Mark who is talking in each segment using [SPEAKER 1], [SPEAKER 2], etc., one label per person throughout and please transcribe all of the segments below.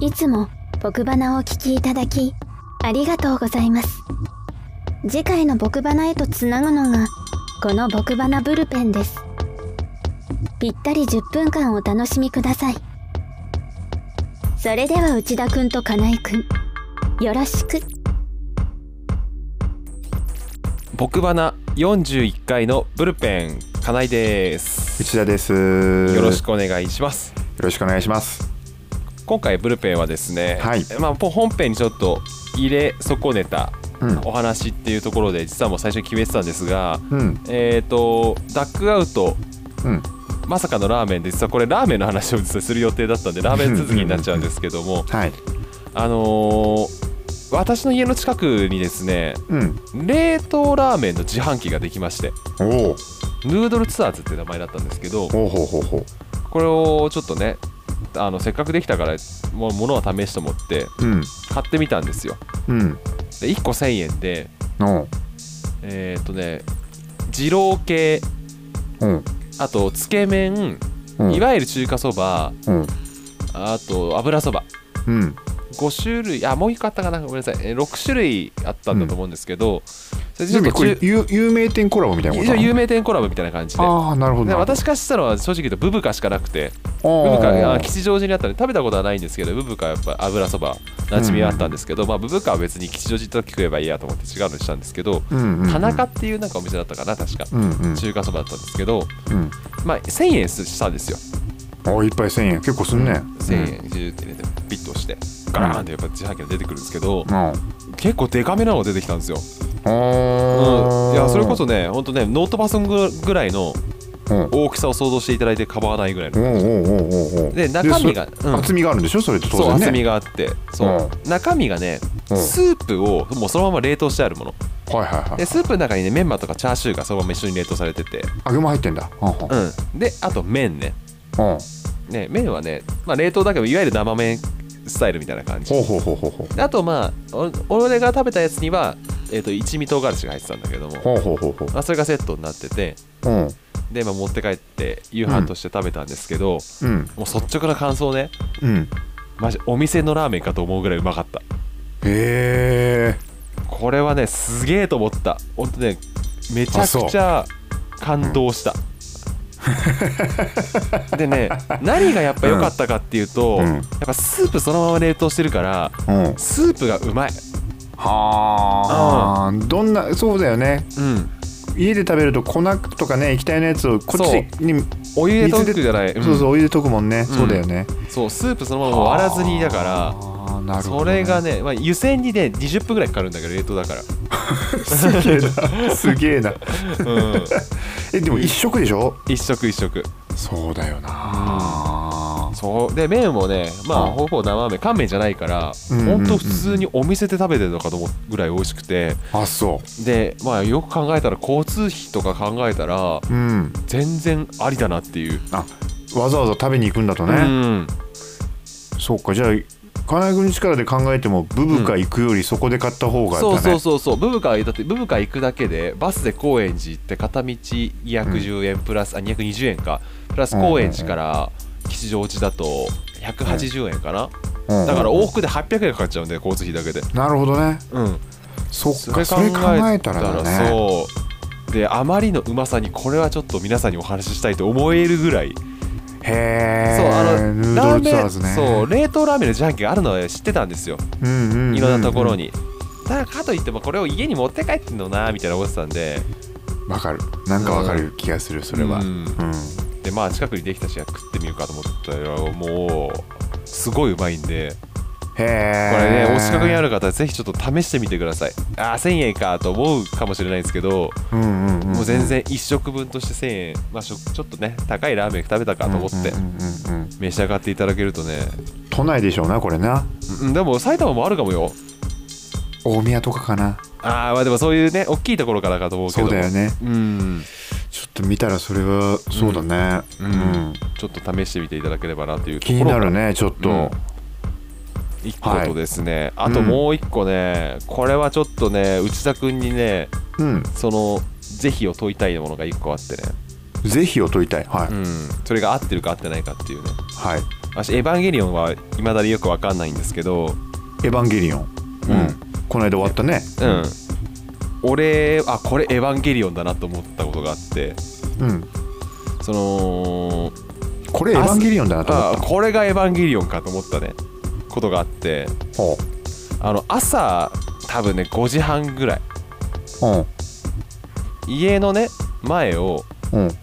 [SPEAKER 1] いつも僕バナをお聞きいただき、ありがとうございます。次回の僕バナへとつなぐのが、この僕バナブルペンです。ぴったり10分間お楽しみください。それでは内田くんと金井くん、よろしく。
[SPEAKER 2] 僕花41回のブルペン金井です
[SPEAKER 3] 内田です
[SPEAKER 2] よ
[SPEAKER 3] よ
[SPEAKER 2] ろしくお願いします
[SPEAKER 3] よろしくお願いします
[SPEAKER 2] 今回ブルペンはですね、
[SPEAKER 3] はい
[SPEAKER 2] まあ、本編にちょっと入れ損ねた
[SPEAKER 3] うん
[SPEAKER 2] お話っていうところで実はもう最初に決めてたんですが
[SPEAKER 3] うん
[SPEAKER 2] えっ、とダックアウト
[SPEAKER 3] うん
[SPEAKER 2] まさかのラーメンで実はこれラーメンの話を実はする予定だったんでラーメン続きになっちゃうんですけども
[SPEAKER 3] はい
[SPEAKER 2] あのー私の家の近くにですね
[SPEAKER 3] うん
[SPEAKER 2] 冷凍ラーメンの自販機ができまして
[SPEAKER 3] おお
[SPEAKER 2] ヌードルツアーズっていう名前だったんですけど
[SPEAKER 3] ほうほうほうほ
[SPEAKER 2] これをちょっとねあのせっかくできたからもう物は試してもって
[SPEAKER 3] ううん
[SPEAKER 2] 買ってみたんですよ
[SPEAKER 3] うん
[SPEAKER 2] で1個1000円で
[SPEAKER 3] おう
[SPEAKER 2] えーっ、とね二郎系
[SPEAKER 3] おう
[SPEAKER 2] あとつけ麺
[SPEAKER 3] おう
[SPEAKER 2] いわゆる中華そば
[SPEAKER 3] おう
[SPEAKER 2] あと油そば
[SPEAKER 3] うん
[SPEAKER 2] 5種類あもう1個あったかなごめんなさいえー6種類あったんだと思うんですけど、それでちょ
[SPEAKER 3] な
[SPEAKER 2] っと
[SPEAKER 3] んかこれ
[SPEAKER 2] 中
[SPEAKER 3] 有有名店コラボみたいなこと
[SPEAKER 2] 一応有名店コラボみたいな感じで
[SPEAKER 3] ああなるほど
[SPEAKER 2] で
[SPEAKER 3] なるほど
[SPEAKER 2] 私からしたのは正直言うとブブカしかなくてブ
[SPEAKER 3] あ
[SPEAKER 2] ブカ
[SPEAKER 3] ー
[SPEAKER 2] あ吉祥寺にあったんで食べたことはないんですけどブブカはやっぱ油そば馴染みはあったんですけど、まあ、ブブカは別に吉祥寺と食えばいいやと思って違うのにしたんですけど、
[SPEAKER 3] うんうんうん
[SPEAKER 2] 田中っていうなんかお店だったかな確か、
[SPEAKER 3] うんうん
[SPEAKER 2] 中華そばだったんですけど、
[SPEAKER 3] うん
[SPEAKER 2] まあ、1000円したんですよ
[SPEAKER 3] あーいっぱい1000円結構すんね
[SPEAKER 2] 1000円ジューって入れてピッと押してガラーンってやっぱ自販機が出てくるんですけど、
[SPEAKER 3] うんあ
[SPEAKER 2] 結構デカめなのが出てきたんですよ、うん、
[SPEAKER 3] ー
[SPEAKER 2] いやそれこそねほんとねノートパソンぐらいの
[SPEAKER 3] うんおう
[SPEAKER 2] 大きさを想像していただいて構わないぐらいの
[SPEAKER 3] おうおうおうおう
[SPEAKER 2] で中身が
[SPEAKER 3] で
[SPEAKER 2] うん
[SPEAKER 3] そ厚みがあるんでしょそれって
[SPEAKER 2] そう
[SPEAKER 3] 当
[SPEAKER 2] 厚
[SPEAKER 3] 然
[SPEAKER 2] み
[SPEAKER 3] ね
[SPEAKER 2] があってそう、中身がね
[SPEAKER 3] うん
[SPEAKER 2] スープをもうそのまま冷凍してあるもの
[SPEAKER 3] はいはいはい
[SPEAKER 2] でスープの中にねメンマとかチャーシューがそのまま一緒に冷凍されてて、
[SPEAKER 3] 揚げも入ってんだうんうん
[SPEAKER 2] うん、であと麺ね
[SPEAKER 3] うん
[SPEAKER 2] ね麺はね、まあ、冷凍だけどいわゆる生麺スタイルみたいな感じ
[SPEAKER 3] ほうほうほうほうほう
[SPEAKER 2] であとまあお俺が食べたやつには、えー、と一味唐辛子が入ってたんだけども、
[SPEAKER 3] ほうほうほうほう
[SPEAKER 2] まあ、それがセットになってて
[SPEAKER 3] うん
[SPEAKER 2] で、まあ、持って帰って夕飯として食べたんですけど、
[SPEAKER 3] うん
[SPEAKER 2] もう率直な感想ね
[SPEAKER 3] うん
[SPEAKER 2] マジお店のラーメンかと思うぐらいうまかった
[SPEAKER 3] へえ
[SPEAKER 2] これはねすげえと思ったほんとねめちゃくちゃ感動した、でね何がやっぱ良かったかっていうと、
[SPEAKER 3] うんうん
[SPEAKER 2] やっぱスープそのまま冷凍してるから
[SPEAKER 3] うん
[SPEAKER 2] スープがうまい、
[SPEAKER 3] はあどんなそうだよね
[SPEAKER 2] うん、
[SPEAKER 3] 家で食べると粉とかね液体のやつをこっちに
[SPEAKER 2] お湯で
[SPEAKER 3] 水
[SPEAKER 2] 溶くじゃない、うん
[SPEAKER 3] そうそうお湯で溶くもんね、
[SPEAKER 2] うん
[SPEAKER 3] そうだよね
[SPEAKER 2] そうスープそのまま割らずにだ
[SPEAKER 3] あ
[SPEAKER 2] か
[SPEAKER 3] ーな
[SPEAKER 2] ら
[SPEAKER 3] るほ
[SPEAKER 2] そ
[SPEAKER 3] ど、
[SPEAKER 2] れがね、まあ、湯煎にね20分ぐらいかかるんだけど冷凍だから、
[SPEAKER 3] すげえなすげえな
[SPEAKER 2] うん、
[SPEAKER 3] えでも一食でしょ
[SPEAKER 2] 一食一食
[SPEAKER 3] そうだよな
[SPEAKER 2] そうで麺もねまあ
[SPEAKER 3] うん
[SPEAKER 2] ほぼ生麺乾麺じゃないから、
[SPEAKER 3] うんうんうん
[SPEAKER 2] ほんと普通にお店で食べてるのかと思うぐらい美味しくて
[SPEAKER 3] あそ
[SPEAKER 2] でまあよく考えたら交通費とか考えたら
[SPEAKER 3] ううん
[SPEAKER 2] 全然ありだなっていう、
[SPEAKER 3] あわざわざ食べに行くんだと
[SPEAKER 2] う
[SPEAKER 3] ね、
[SPEAKER 2] ん
[SPEAKER 3] そうかじゃあ金井君の力で考えてもブブカ行くよりそこで買った方がだ
[SPEAKER 2] そう
[SPEAKER 3] ね、
[SPEAKER 2] そうそうそうブブカだってブブカ行くだけでバスで高円寺行って片道210円プラス、あ220円かプラス高円寺から吉祥寺だと180円かな、
[SPEAKER 3] うんうん
[SPEAKER 2] だから往復で800円かかっちゃうんで交通費だけで
[SPEAKER 3] なるほどね
[SPEAKER 2] うん
[SPEAKER 3] そっかそれ考えたらだね
[SPEAKER 2] そうであまりのうまさにこれはちょっと皆さんにお話ししたいと思えるぐらい、
[SPEAKER 3] へえ
[SPEAKER 2] そうあの
[SPEAKER 3] ヌード
[SPEAKER 2] ラ
[SPEAKER 3] ル
[SPEAKER 2] ーメ
[SPEAKER 3] ツアー
[SPEAKER 2] ン
[SPEAKER 3] ズね
[SPEAKER 2] そう冷凍ラーメンの自販機があるのは知ってたんですよ
[SPEAKER 3] うんうんうんうん
[SPEAKER 2] いろんなところに、だからかといってもこれを家に持って帰ってんのなみたいな思ってたんで
[SPEAKER 3] わかるなんかわかる気がするそれは
[SPEAKER 2] う
[SPEAKER 3] うんん
[SPEAKER 2] でまあ近くにできたし食ってみるかと思ったらもうすごいうまいんで
[SPEAKER 3] へえ
[SPEAKER 2] これね、お近くにあ
[SPEAKER 3] る
[SPEAKER 2] る方はぜひちょっと試してみてくださいああ1000円かと思うかもしれないんですけど
[SPEAKER 3] うんうんうん
[SPEAKER 2] もう全然1食分として1000円、まあ、しょちょっとね高いラーメン食べたかと思って
[SPEAKER 3] うんうんうんうん
[SPEAKER 2] 召し上がっていただけるとね、
[SPEAKER 3] 都内でしょうなこれな
[SPEAKER 2] うん、でも埼玉もあるかもよ
[SPEAKER 3] 大宮とかかな
[SPEAKER 2] ああまあでもそういうね大きいところからかと思うけ
[SPEAKER 3] そ
[SPEAKER 2] ど
[SPEAKER 3] うだよね
[SPEAKER 2] うん
[SPEAKER 3] ちょっと見たらそれはそうだね
[SPEAKER 2] う
[SPEAKER 3] うんん、
[SPEAKER 2] ちょっと試してみていただければなというと
[SPEAKER 3] 気
[SPEAKER 2] ころ
[SPEAKER 3] になるねちょっと、
[SPEAKER 2] うん1個とですね、あともう1個ね、これはちょっとね内田君にね
[SPEAKER 3] うん、
[SPEAKER 2] その是非を問いたいものが1個あってね、
[SPEAKER 3] ぜひを問いたいはい、
[SPEAKER 2] うん、それが合ってるか合ってないかっていうね
[SPEAKER 3] はい
[SPEAKER 2] 私「エヴァンゲリオン」はいまだによくわかんないんですけど
[SPEAKER 3] エヴァンゲリオン、うんこの間終わったね
[SPEAKER 2] うん俺あこれ「エヴァンゲリオン」だなと思ったことがあって
[SPEAKER 3] うん
[SPEAKER 2] その
[SPEAKER 3] これエヴァンゲリオンだなと思
[SPEAKER 2] あ
[SPEAKER 3] った
[SPEAKER 2] これが「エヴァンゲリオン」かと思ったねことがあって
[SPEAKER 3] ほ
[SPEAKER 2] あの朝多分ね5時半ぐらいう家のね前を
[SPEAKER 3] うんうん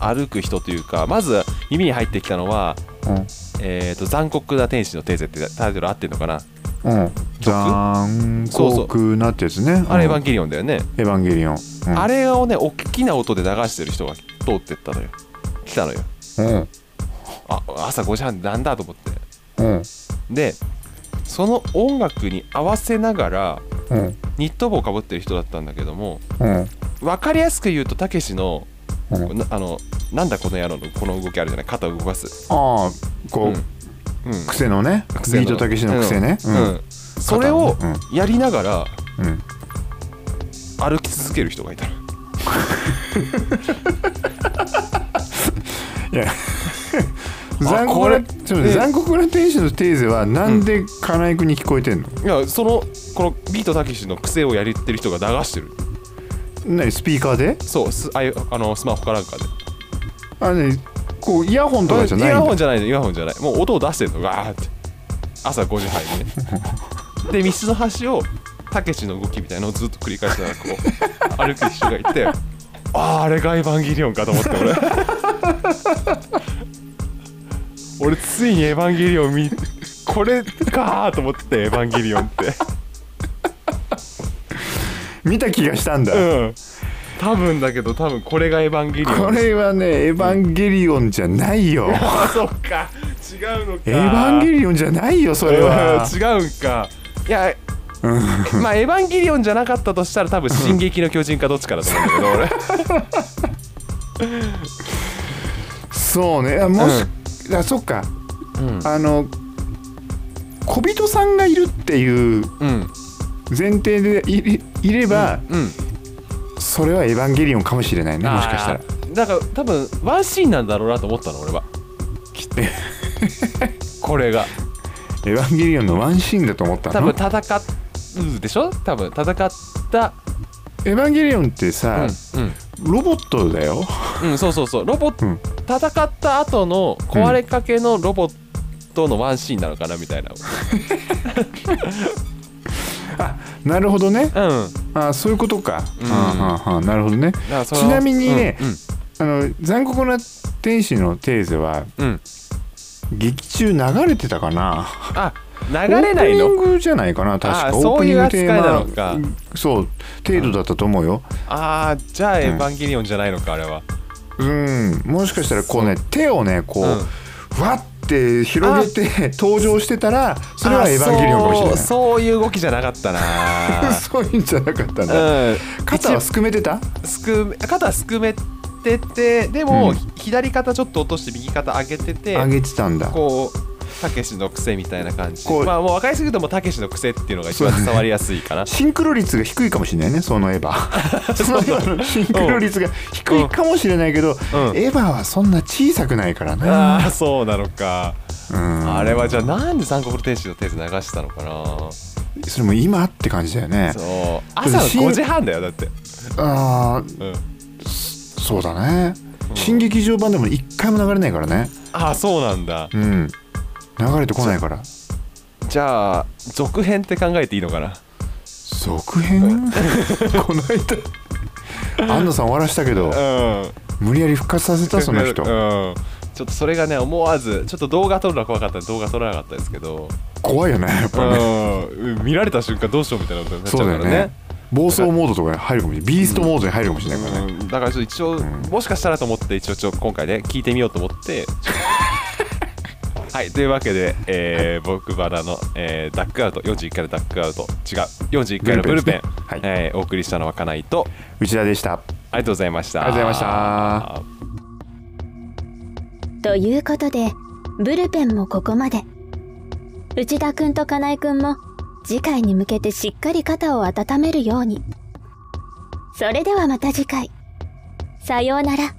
[SPEAKER 2] 歩く人というかまず耳に入ってきたのは
[SPEAKER 3] うん
[SPEAKER 2] 「えー、と残酷な天使のテーゼ」ってタイトル合ってるのかな、
[SPEAKER 3] うん、残酷なってやつね
[SPEAKER 2] あれ「エ
[SPEAKER 3] うん
[SPEAKER 2] ヴァンゲリオン」だよね、
[SPEAKER 3] エヴァンゲリオン、うん
[SPEAKER 2] あれをね大きな音で流してる人が通ってったのよ来たのよ
[SPEAKER 3] うん
[SPEAKER 2] あ朝5時半なんだと思って
[SPEAKER 3] うん
[SPEAKER 2] でその音楽に合わせながら
[SPEAKER 3] うん
[SPEAKER 2] ニット帽かぶってる人だったんだけども
[SPEAKER 3] うん
[SPEAKER 2] 分かりやすく言うとたけしの
[SPEAKER 3] うん
[SPEAKER 2] なあのなんだこの野郎のこの動きあるじゃない肩を動かす、
[SPEAKER 3] ああこ
[SPEAKER 2] う
[SPEAKER 3] う、
[SPEAKER 2] ん、
[SPEAKER 3] 癖のね
[SPEAKER 2] 癖の
[SPEAKER 3] ビートたけしの癖ね
[SPEAKER 2] うんそれをやりながら
[SPEAKER 3] うん、うん
[SPEAKER 2] 歩き続ける人がいたの
[SPEAKER 3] いや残酷
[SPEAKER 2] こ
[SPEAKER 3] な
[SPEAKER 2] れ
[SPEAKER 3] ちょっと待って
[SPEAKER 2] え
[SPEAKER 3] 残酷な天使のテーゼはなんで金井君に聞こえてんの、
[SPEAKER 2] いやそのこのビートたけしの癖をやりってる人が流してる
[SPEAKER 3] 何スピーカーで
[SPEAKER 2] そうすあいうあのスマホかなんかで
[SPEAKER 3] あ何こうイヤホンとかじゃ
[SPEAKER 2] イ
[SPEAKER 3] ない
[SPEAKER 2] ヤホン
[SPEAKER 3] んだ
[SPEAKER 2] じゃないのイヤホンじゃないもう音を出してるのガーって朝5時半 にねで道の端をたけしの動きみたいのをずっと繰り返しながらこう歩く人がい てあああれがエヴァンゲリオンかと思って俺俺ついにエヴァンゲリオン見これかーと思ってエヴァンゲリオン って
[SPEAKER 3] 見た気がしたんだ、
[SPEAKER 2] うん多分だけど多分これがエヴァンゲリオン
[SPEAKER 3] これはねエヴァンゲリオンじゃないよ
[SPEAKER 2] あ そっか違うのか
[SPEAKER 3] エヴァンゲリオンじゃないよそれは
[SPEAKER 2] うん違うんかいやまあエヴァンゲリオンじゃなかったとしたら多分「進撃の巨人」かどっちかだと思うんだけど 俺
[SPEAKER 3] そうねあもし、あそっか、
[SPEAKER 2] ん
[SPEAKER 3] あの小人さんがいるっていう
[SPEAKER 2] うん
[SPEAKER 3] 前提でいれいれば、
[SPEAKER 2] うん
[SPEAKER 3] それはエヴァンゲリオンかもしれないねもしかしたら
[SPEAKER 2] だから多分ワンシーンなんだろうなと思ったの俺はきっとこれが
[SPEAKER 3] エヴァンゲリオンのワンシーンだと思った
[SPEAKER 2] 多
[SPEAKER 3] の
[SPEAKER 2] 分戦うでしょ多分戦った
[SPEAKER 3] エヴァンゲリオンって
[SPEAKER 2] うん
[SPEAKER 3] さ、
[SPEAKER 2] うん
[SPEAKER 3] ロボットだよ
[SPEAKER 2] うん、そうそうそうロボット、
[SPEAKER 3] うん
[SPEAKER 2] 戦った後の壊れかけのロボットのワンシーンなのかなみたいな
[SPEAKER 3] なるほどね
[SPEAKER 2] うん
[SPEAKER 3] あそういうことか、
[SPEAKER 2] うん
[SPEAKER 3] うんうんうんなるほどね
[SPEAKER 2] だからその
[SPEAKER 3] ちなみにね
[SPEAKER 2] うん
[SPEAKER 3] あの残酷な天使のテーゼは
[SPEAKER 2] うんうん
[SPEAKER 3] 劇中流れてたかな
[SPEAKER 2] あ流れない
[SPEAKER 3] オー
[SPEAKER 2] の
[SPEAKER 3] プニングじゃないかな確
[SPEAKER 2] あ
[SPEAKER 3] か
[SPEAKER 2] ーそういう
[SPEAKER 3] オ
[SPEAKER 2] 扱い
[SPEAKER 3] ープニングテーマ
[SPEAKER 2] なのか
[SPEAKER 3] そう程度だったと思うよ
[SPEAKER 2] あーじゃあ「エヴァンゲリオン」じゃないのかあれは、
[SPEAKER 3] うんもしかしたらこうね手をねこう、わって広げて登場してたらそれは「エヴァンゲリオン」かもしれない
[SPEAKER 2] あーそうそういう動きじゃなかったな
[SPEAKER 3] そういうんじゃなかったんだ、
[SPEAKER 2] うん
[SPEAKER 3] 肩はすくめてた
[SPEAKER 2] 一すくめ肩すくめててでも、
[SPEAKER 3] うん
[SPEAKER 2] 左肩ちょっと落として右肩上げてて
[SPEAKER 3] 上げてたんだ
[SPEAKER 2] こうたけしの癖みたいな感じ
[SPEAKER 3] こう
[SPEAKER 2] まあもう分かりすぎてもたけしの癖っていうのが一番伝わりやすい かな
[SPEAKER 3] シンクロ率が低いかもしれないねそのエヴ ァそのエヴァのシンクロ率が低いかもしれないけど、
[SPEAKER 2] うん
[SPEAKER 3] エヴァはそんな小さくないからね、
[SPEAKER 2] ああそうなのか、
[SPEAKER 3] うん
[SPEAKER 2] あれはじゃあなんで残酷天使のテーゼ流したのかな
[SPEAKER 3] それも今って感じだよね
[SPEAKER 2] そう朝の5時半だよだって、
[SPEAKER 3] ああ
[SPEAKER 2] うん、
[SPEAKER 3] そうだね、新劇場版でも一回も流れないからね
[SPEAKER 2] ああそうなんだ
[SPEAKER 3] うん流れてこないから
[SPEAKER 2] じゃあ続編って考えていいのかな
[SPEAKER 3] 続編 この間安野さん終わらしたけど
[SPEAKER 2] うん
[SPEAKER 3] 無理やり復活させたその
[SPEAKER 2] う
[SPEAKER 3] 人
[SPEAKER 2] んちょっとそれがね思わずちょっと動画撮るのは怖かったんで動画撮らなかったですけど、
[SPEAKER 3] 怖いよねやっぱね
[SPEAKER 2] うん、 見られた瞬間どうしようみたいなことになっちゃ
[SPEAKER 3] そう
[SPEAKER 2] うか
[SPEAKER 3] だよ
[SPEAKER 2] ら
[SPEAKER 3] ね
[SPEAKER 2] ね
[SPEAKER 3] 暴走モードとかに入るかもしれないビーストモードに入るかもしれないからね
[SPEAKER 2] うん、だからちょっと一応、もしかしたらと思って一応ちょ今回ね聞いてみようと思って はいというわけで、えー僕バラの、えーダックアウト41回のダックアウト違う41回のブルペン
[SPEAKER 3] ブルペンですねはい
[SPEAKER 2] えーお送りしたのはかないと
[SPEAKER 3] 内田でした
[SPEAKER 2] ありがとうございました
[SPEAKER 3] ありがとうございました
[SPEAKER 1] ということで、ブルペンもここまで。内田くんと金井くんも次回に向けてしっかり肩を温めるように。それではまた次回。さようなら。